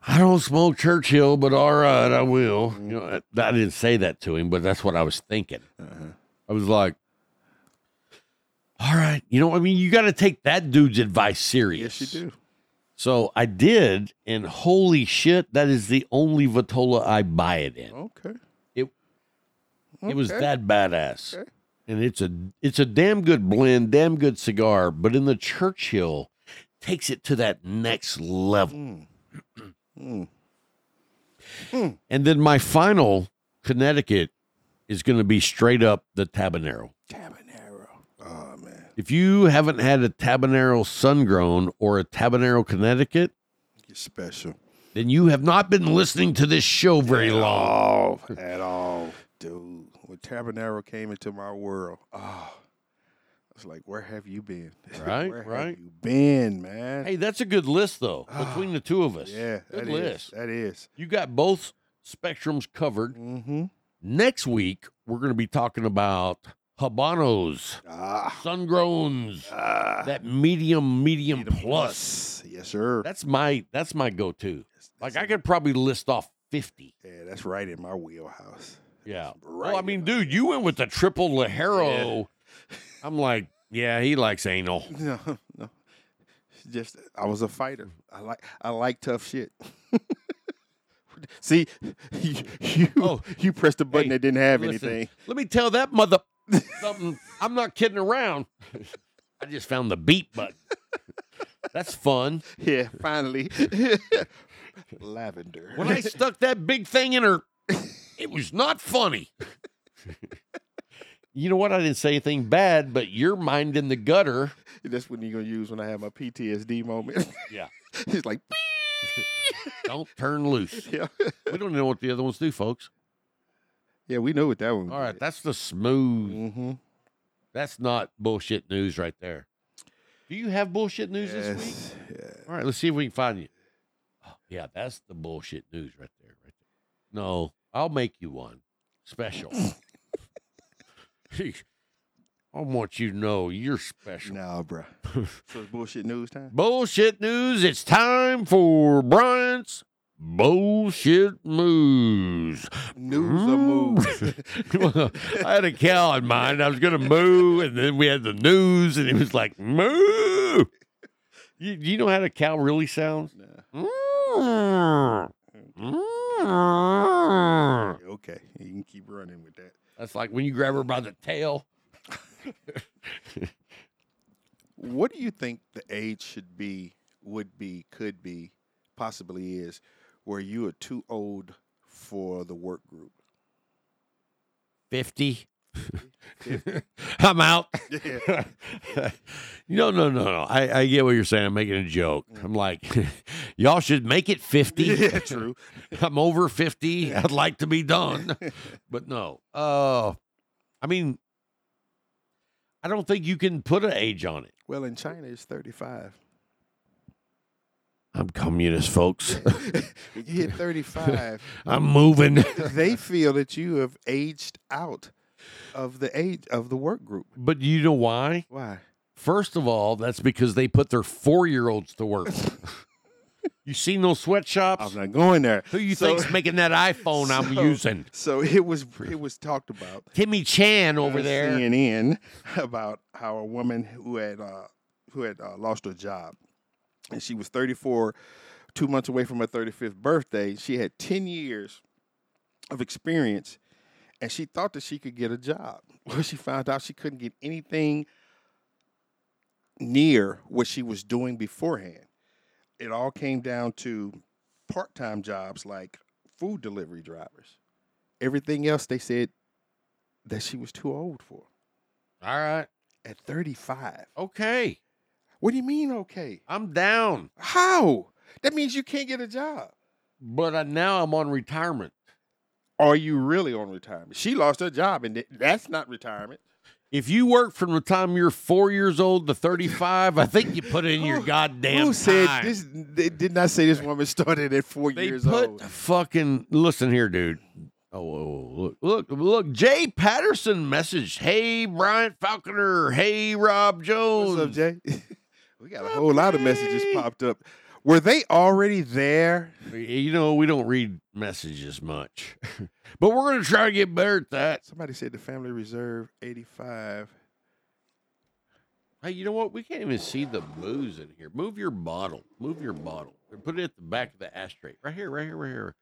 S1: I don't smoke Churchill, but all right, I will.
S2: Mm-hmm.
S1: You know, I, I didn't say that to him, but that's what I was thinking.
S2: Uh-huh.
S1: I was like. All right, you know, I mean, you got to take that dude's advice serious.
S2: Yes, you do.
S1: So I did, and holy shit, that is the only Vitola I buy it in.
S2: Okay.
S1: It was
S2: okay.
S1: that badass.
S2: Okay.
S1: And it's a it's a damn good blend, damn good cigar, but in the Churchill takes it to that next level.
S2: Mm.
S1: Hmm. And then my final Connecticut is going to be straight up the Tabanero.
S2: Tabanero. Oh man.
S1: If you haven't had a Tabanero Sungrown or a Tabanero Connecticut,
S2: You're special.
S1: then you have not been listening to this show very long.
S2: Oh, at all. Dude. When Tabanero came into my world, oh. It's like, where have you been?
S1: Right,
S2: where
S1: right.
S2: have you been, man?
S1: Hey, that's a good list though between the two of us.
S2: Ah. yeah, that
S1: good
S2: is.
S1: list.
S2: That is.
S1: You got both spectrums covered.
S2: Mm-hmm.
S1: Next week we're going to be talking about habanos,
S2: Ah.
S1: sungrowns,
S2: ah.
S1: that medium, medium plus.
S2: Yes, sir.
S1: That's my that's my go-to.
S2: That's-
S1: Like
S2: that's-
S1: I could probably list off fifty.
S2: Yeah, that's right in my wheelhouse.
S1: Yeah.
S2: Right
S1: well, I mean,
S2: in
S1: dude, you went with the triple Lajero. I'm like, yeah, he likes anal.
S2: No, no. Just I was a fighter. I like I like tough shit. See, you you,
S1: Oh,
S2: you pressed a button
S1: hey,
S2: that didn't have
S1: Listen,
S2: anything.
S1: Let me tell that mother something. I'm not kidding around. I just found the beat button. That's fun.
S2: Yeah, finally. Lavender.
S1: When I stuck that big thing in her, it was not funny. you know what? I didn't say anything bad, but your mind in the gutter.
S2: That's what you're gonna use when I have my PTSD moment.
S1: Yeah.
S2: it's like
S1: Don't turn loose.
S2: yeah.
S1: We don't know what the other ones do, folks.
S2: Yeah, we know what that one.
S1: All right, that's the smooth.
S2: Mm-hmm.
S1: That's not bullshit news right there. Do you have bullshit news this week? All right, let's see if we can find you. Oh, yeah, that's the bullshit news right there. Right there. No, I'll make you one special. I want you to know you're special.
S2: Nah, bro. so it's bullshit news time.
S1: Bullshit news. It's time for Bryant's bullshit news.
S2: News or moves?
S1: Well, I had a cow in mind. I was going to moo, and then we had the news, and it was like moo. You, you know how the cow really sounds? Mm.
S2: Okay, you can keep running with that.
S1: That's like when you grab her by the tail.
S2: What do you think the age should be, would be, could be, possibly is, where you are too old for the work group?
S1: Fifty. I'm out.
S2: Yeah.
S1: No, no, no, no. I, I get what you're saying. I'm making a joke. I'm like, y'all should make it 50.
S2: Mm. yeah, true.
S1: I'm over 50. I'd like to be done. But no. Uh I mean I don't think you can put an age on it.
S2: Well, in China, it's 35.
S1: I'm communist, folks.
S2: When you hit 35,
S1: I'm moving.
S2: they feel that you have aged out of the age of the work group.
S1: But you know why?
S2: Why?
S1: First of all, that's because they put their 4-year-olds to work. you seen those sweatshops?
S2: I'm not going there.
S1: Who you
S2: So-
S1: think's making that iPhone I'm
S2: so-
S1: using?
S2: So it was it was talked about
S1: Timmy Chan over
S2: on
S1: there.
S2: CNN about how a woman who had uh, who had uh, lost her job, and she was 34, two months away from her 35th birthday. She had 10 years of experience, and she thought that she could get a job. Well, she found out she couldn't get anything near what she was doing beforehand. It all came down to part-time jobs like food delivery drivers. Everything else they said that she was too old for
S1: All right.
S2: at 35.
S1: Okay.
S2: What do you mean, okay?
S1: I'm down.
S2: How? That means you can't get a job.
S1: But I, now I'm on retirement.
S2: Are you really on retirement? She lost her job, and th- that's not retirement.
S1: If you work from the time you're four years old to 35, I think you put in your goddamn
S2: Who said
S1: time.
S2: this? They did not say this woman started at four
S1: they
S2: years
S1: put
S2: old.
S1: fucking listen here, dude. Oh, oh, oh, look, look, look! Jay Patterson messaged, "Hey, Bryant Falconer. Hey, Rob Jones.
S2: What's up, Jay? we got a whole lot of messages popped up. Were they already there?
S1: You know we don't read messages much, but we're gonna try to get better at that.
S2: Somebody said the Family Reserve 85.
S1: Hey, you know what? We can't even see the booze in here. Move your bottle. Move your bottle. Or Put it at the back of the ashtray. Right here, right here, right here.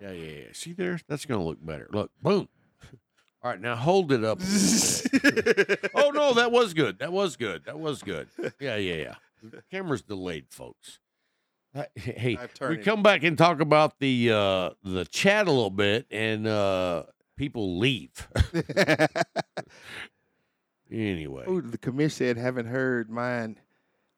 S1: Yeah, yeah, yeah. See there? That's going to look better. Look, boom. All right, now hold it up. a little bit. oh, no, that was good. That was good. That was good. Yeah, yeah, yeah. The camera's delayed, folks. I- Hey,
S2: I've turned
S1: we
S2: it.
S1: come back and talk about the uh, the chat a little bit, and uh, people leave. anyway,
S2: Oh, the commish said, haven't heard mine,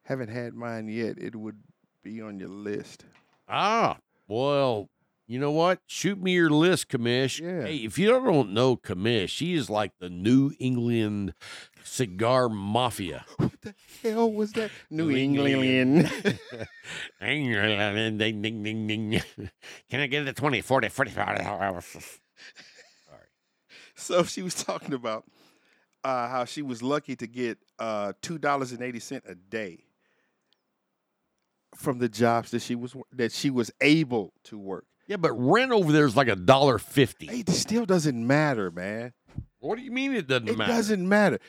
S2: haven't had mine yet. It would be on your list.
S1: Ah, well, you know what? Shoot me your list, Commish.
S2: Yeah.
S1: Hey, if you don't know Commish, she is like the New England cigar mafia.
S2: Hell was that? New
S1: New
S2: England.
S1: Ding, ding, ding, ding, ding. Can I get it at 20, 40, 45 hours?
S2: so she was talking about uh, how she was lucky to get uh, two dollars and eighty cent a day from the jobs that she was wo- that she was able to work.
S1: Yeah, but rent over there is like a dollar fifty.
S2: Hey, it still doesn't matter, man.
S1: What do you mean it doesn't
S2: It
S1: matter?
S2: doesn't matter.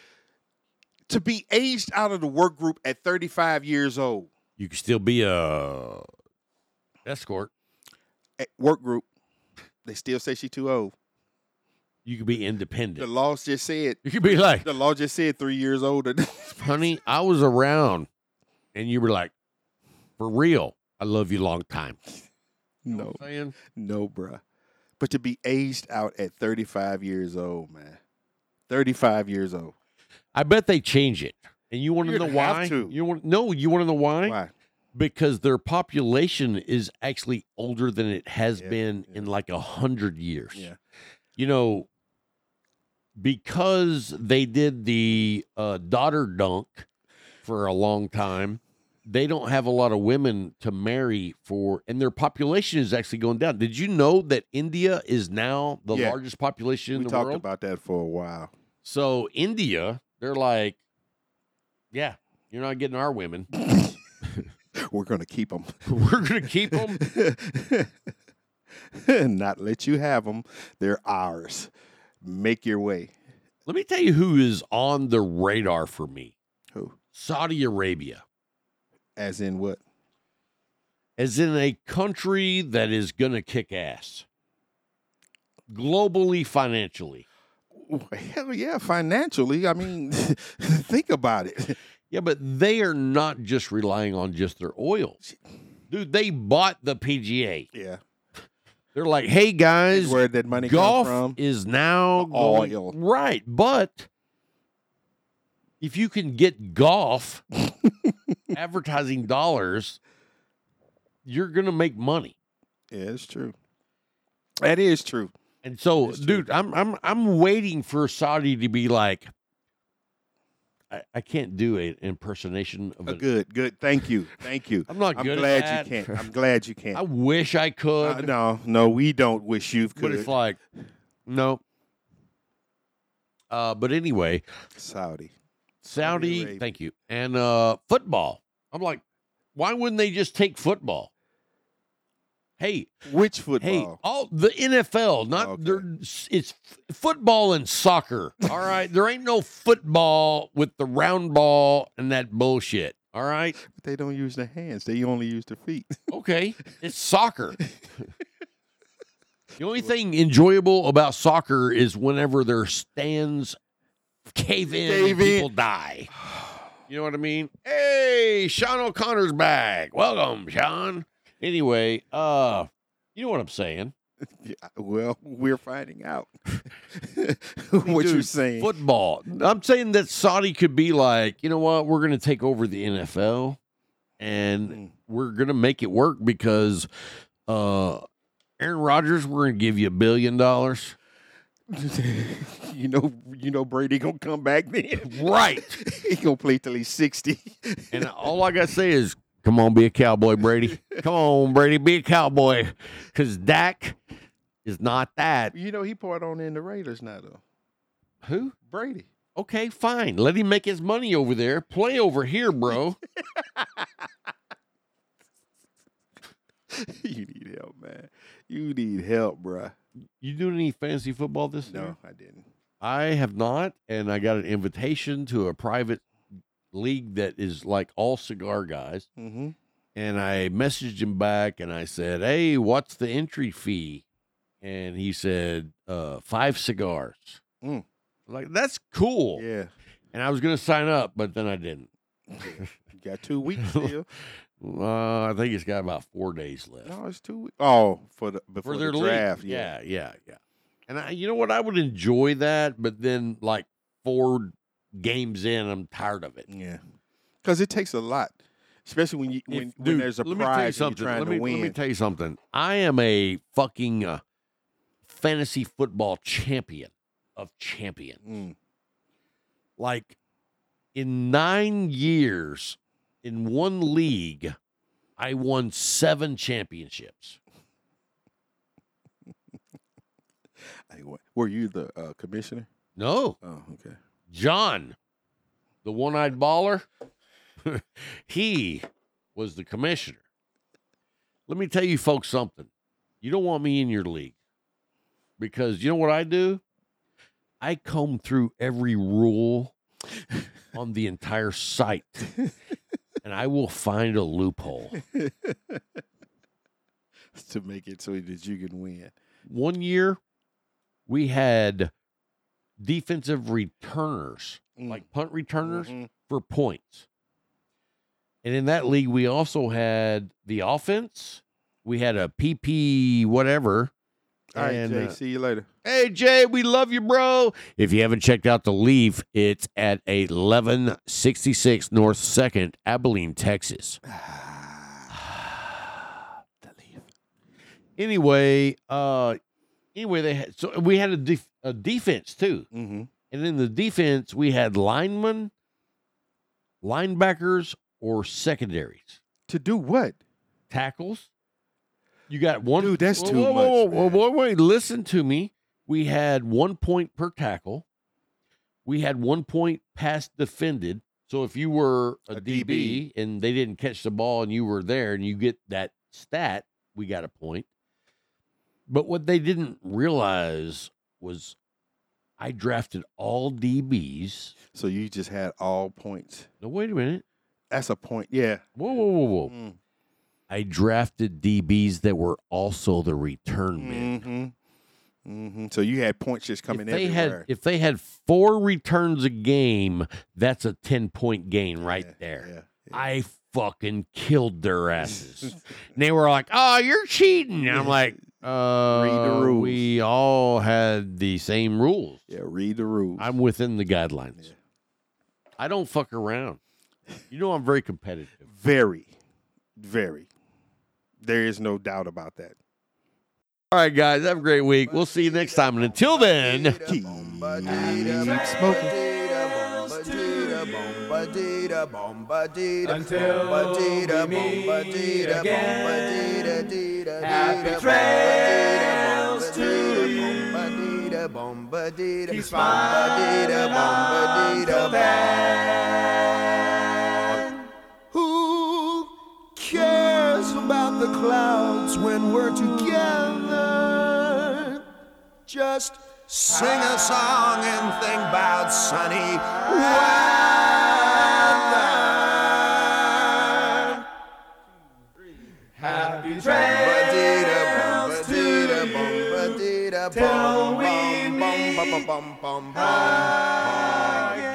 S2: To be aged out of the work group at 35 years old,
S1: You can still be a escort.
S2: at eh, work group, they still say she too old.
S1: You could be
S2: The
S1: independent.
S2: law just said
S1: You could be like,
S2: the law just said three years older.
S1: honey, I was around, and you were like, for real, I love you long time.
S2: no,
S1: saying?
S2: no, bruh. But to be aged out at 35 years old, man. 35 years old.
S1: I bet they change it. And you want to
S2: You're
S1: know
S2: gonna have
S1: why?
S2: to.
S1: You want no? You want to know why?
S2: Why?
S1: Because their population is actually older than it has
S2: Yeah,
S1: been
S2: yeah.
S1: in like a hundred years.
S2: Yeah.
S1: you know, because they did the uh, daughter dunk for a long time, they don't have a lot of women to marry for, and their population is actually going down. Did you know that India is now the
S2: Yeah.
S1: largest population in
S2: we
S1: the
S2: talked
S1: world?
S2: about that for a while.
S1: so India, they're like, yeah, you're not getting our women.
S2: We're going to keep them.
S1: We're gonna keep them.
S2: Not let you have them. They're ours. Make your way.
S1: Let me tell you who is on the radar for me.
S2: Who?
S1: Saudi Arabia.
S2: As in what?
S1: As in a country that is gonna kick ass. Globally, financially.
S2: Hell yeah, financially. I mean, think about it.
S1: Yeah, but they are not just relying on just their oil. Dude, they bought the PGA.
S2: Yeah.
S1: They're like, hey guys,
S2: Where that money
S1: golf
S2: come from?
S1: is now
S2: The
S1: going-
S2: oil.
S1: right but if you can get golf advertising dollars you're gonna make money
S2: Yeah, it's true. That is true.
S1: and so
S2: That's true.
S1: dude i'm i'm i'm waiting for saudi to be like i, I can't do an impersonation of
S2: Uh,
S1: a
S2: good, good. Thank you, thank you.
S1: i'm not
S2: I'm
S1: good at
S2: glad
S1: that.
S2: you can't. I'm glad you can't.
S1: i wish i could
S2: Uh, no, no, we don't wish you
S1: but
S2: could.
S1: it's like no uh but anyway
S2: Saudi.
S1: Saudi,
S2: Arabia.
S1: thank you. And uh football. I'm like, why wouldn't they just take football? Hey,
S2: Which
S1: hey,
S2: football?
S1: all the NFL, not
S2: Okay.
S1: there it's f- football and soccer. All right. there ain't no football with the round ball and that bullshit. All right.
S2: They don't use their hands. They only use their feet.
S1: Okay. It's soccer. the only thing enjoyable about soccer is whenever their stands cave in and
S2: Cave in.
S1: people die. You know what I mean? Hey, Sean O'Connor's back. Welcome, Sean. Anyway, uh, you know what I'm saying?
S2: Yeah, Uh, well, we're finding out what you're
S1: Dude,
S2: saying.
S1: Football. I'm saying that Saudi could be like, you know what? We're going to take over the NFL and
S2: Mm.
S1: we're going to make it work because uh Aaron Rodgers, we're going to give you a billion dollars.
S2: you know, you know, Brady gonna come back then.
S1: Right.
S2: he gonna play till he's sixty.
S1: And all I got to say is, come on, be a cowboy, Brady. Come on, Brady, be a cowboy. Because Dak is not that.
S2: you know, he part on in the Raiders now though.
S1: Who?
S2: Brady.
S1: Okay, fine. Let him make his money over there. Play over here, bro.
S2: you need help, man. You need help, bruh.
S1: You doing any fantasy football this year?
S2: No, I didn't.
S1: I have not, and I got an invitation to a private league that is like all cigar guys.
S2: Mm-hmm.
S1: And I messaged him back and I said, Hey, what's the entry fee? And he said, uh, five cigars.
S2: Mm.
S1: Like, that's cool.
S2: Yeah,
S1: And I was going to sign up, but then I didn't.
S2: you got two weeks still.
S1: Uh, I think it's got about four days left
S2: No, it's two weeks. Oh, for the before
S1: for their
S2: the
S1: league.
S2: draft. Yeah.
S1: Yeah, yeah, yeah. And I, you know what? I would enjoy that, but then like four games in, I'm tired of it.
S2: Yeah. Because it takes a lot, especially when you
S1: If-
S2: when, when
S1: dude,
S2: there's a
S1: let me tell you
S2: prize and
S1: something.
S2: you're trying
S1: let me,
S2: to win.
S1: Let me tell you something. I am a fucking uh, fantasy football champion of champions.
S2: Mm.
S1: Like in nine years in one league, I won seven championships.
S2: Hey, what- were you the uh, commissioner?
S1: No,
S2: Oh, okay.
S1: John, the one eyed baller, he was the commissioner. Let me tell you folks something. You don't want me in your league because you know what I do? I comb through every rule on the entire site and I will find a loophole.
S2: to make it so that you can win.
S1: One year, we had defensive returners,
S2: Mm.
S1: like punt returners.
S2: Mhm.
S1: for points. And in that league, we also had the offense. We had a PP whatever.
S2: All right,
S1: And,
S2: Jay.
S1: uh,
S2: see you later.
S1: Hey Jay, we love you, bro. If you haven't checked out the Leaf, it's at eleven sixty six North Second, Abilene, Texas. Anyway, uh, anyway, they had, so we had a, def, a defense too,
S2: Mm-hmm.
S1: and in the defense we had linemen, linebackers, or secondaries,
S2: To do what?
S1: tackles. You got one.
S2: Dude, that's
S1: Whoa,
S2: too
S1: whoa, whoa,
S2: much,
S1: Whoa,
S2: man.
S1: whoa, wait, listen to me. We had one point per tackle. We had one point pass defended. So if you were a,
S2: A
S1: DB,
S2: DB.
S1: and they didn't catch the ball and you were there and you get that stat, we got a point. But what they didn't realize was I drafted all DBs.
S2: So you just had all points.
S1: No, wait a minute.
S2: That's a point. Yeah.
S1: Whoa, whoa, whoa, whoa.
S2: Mm.
S1: I drafted DBs that were also the return men.
S2: Mm-hmm. Mm-hmm. So you had points just coming
S1: if they
S2: everywhere.
S1: had if they had four returns a game, that's a ten point gain right
S2: Yeah,
S1: there.
S2: yeah, yeah.
S1: I fucking killed their asses. and they were like, "Oh, you're cheating!" And I'm like, uh,
S2: rules."
S1: We all had the same rules.
S2: Yeah, read the rules.
S1: I'm within the guidelines.
S2: Yeah.
S1: I don't fuck around. You know I'm very competitive.
S2: very, very. There is no doubt about that.
S1: All right, guys, have a great week. We'll see you next time. And until then.
S2: Keep smoking.
S6: Until we meet again. Happy trails to you. Keep smiling until then. Who cares about the clouds when we're together? Just sing a song and think about sunny weather. Happy trails to you till we meet again.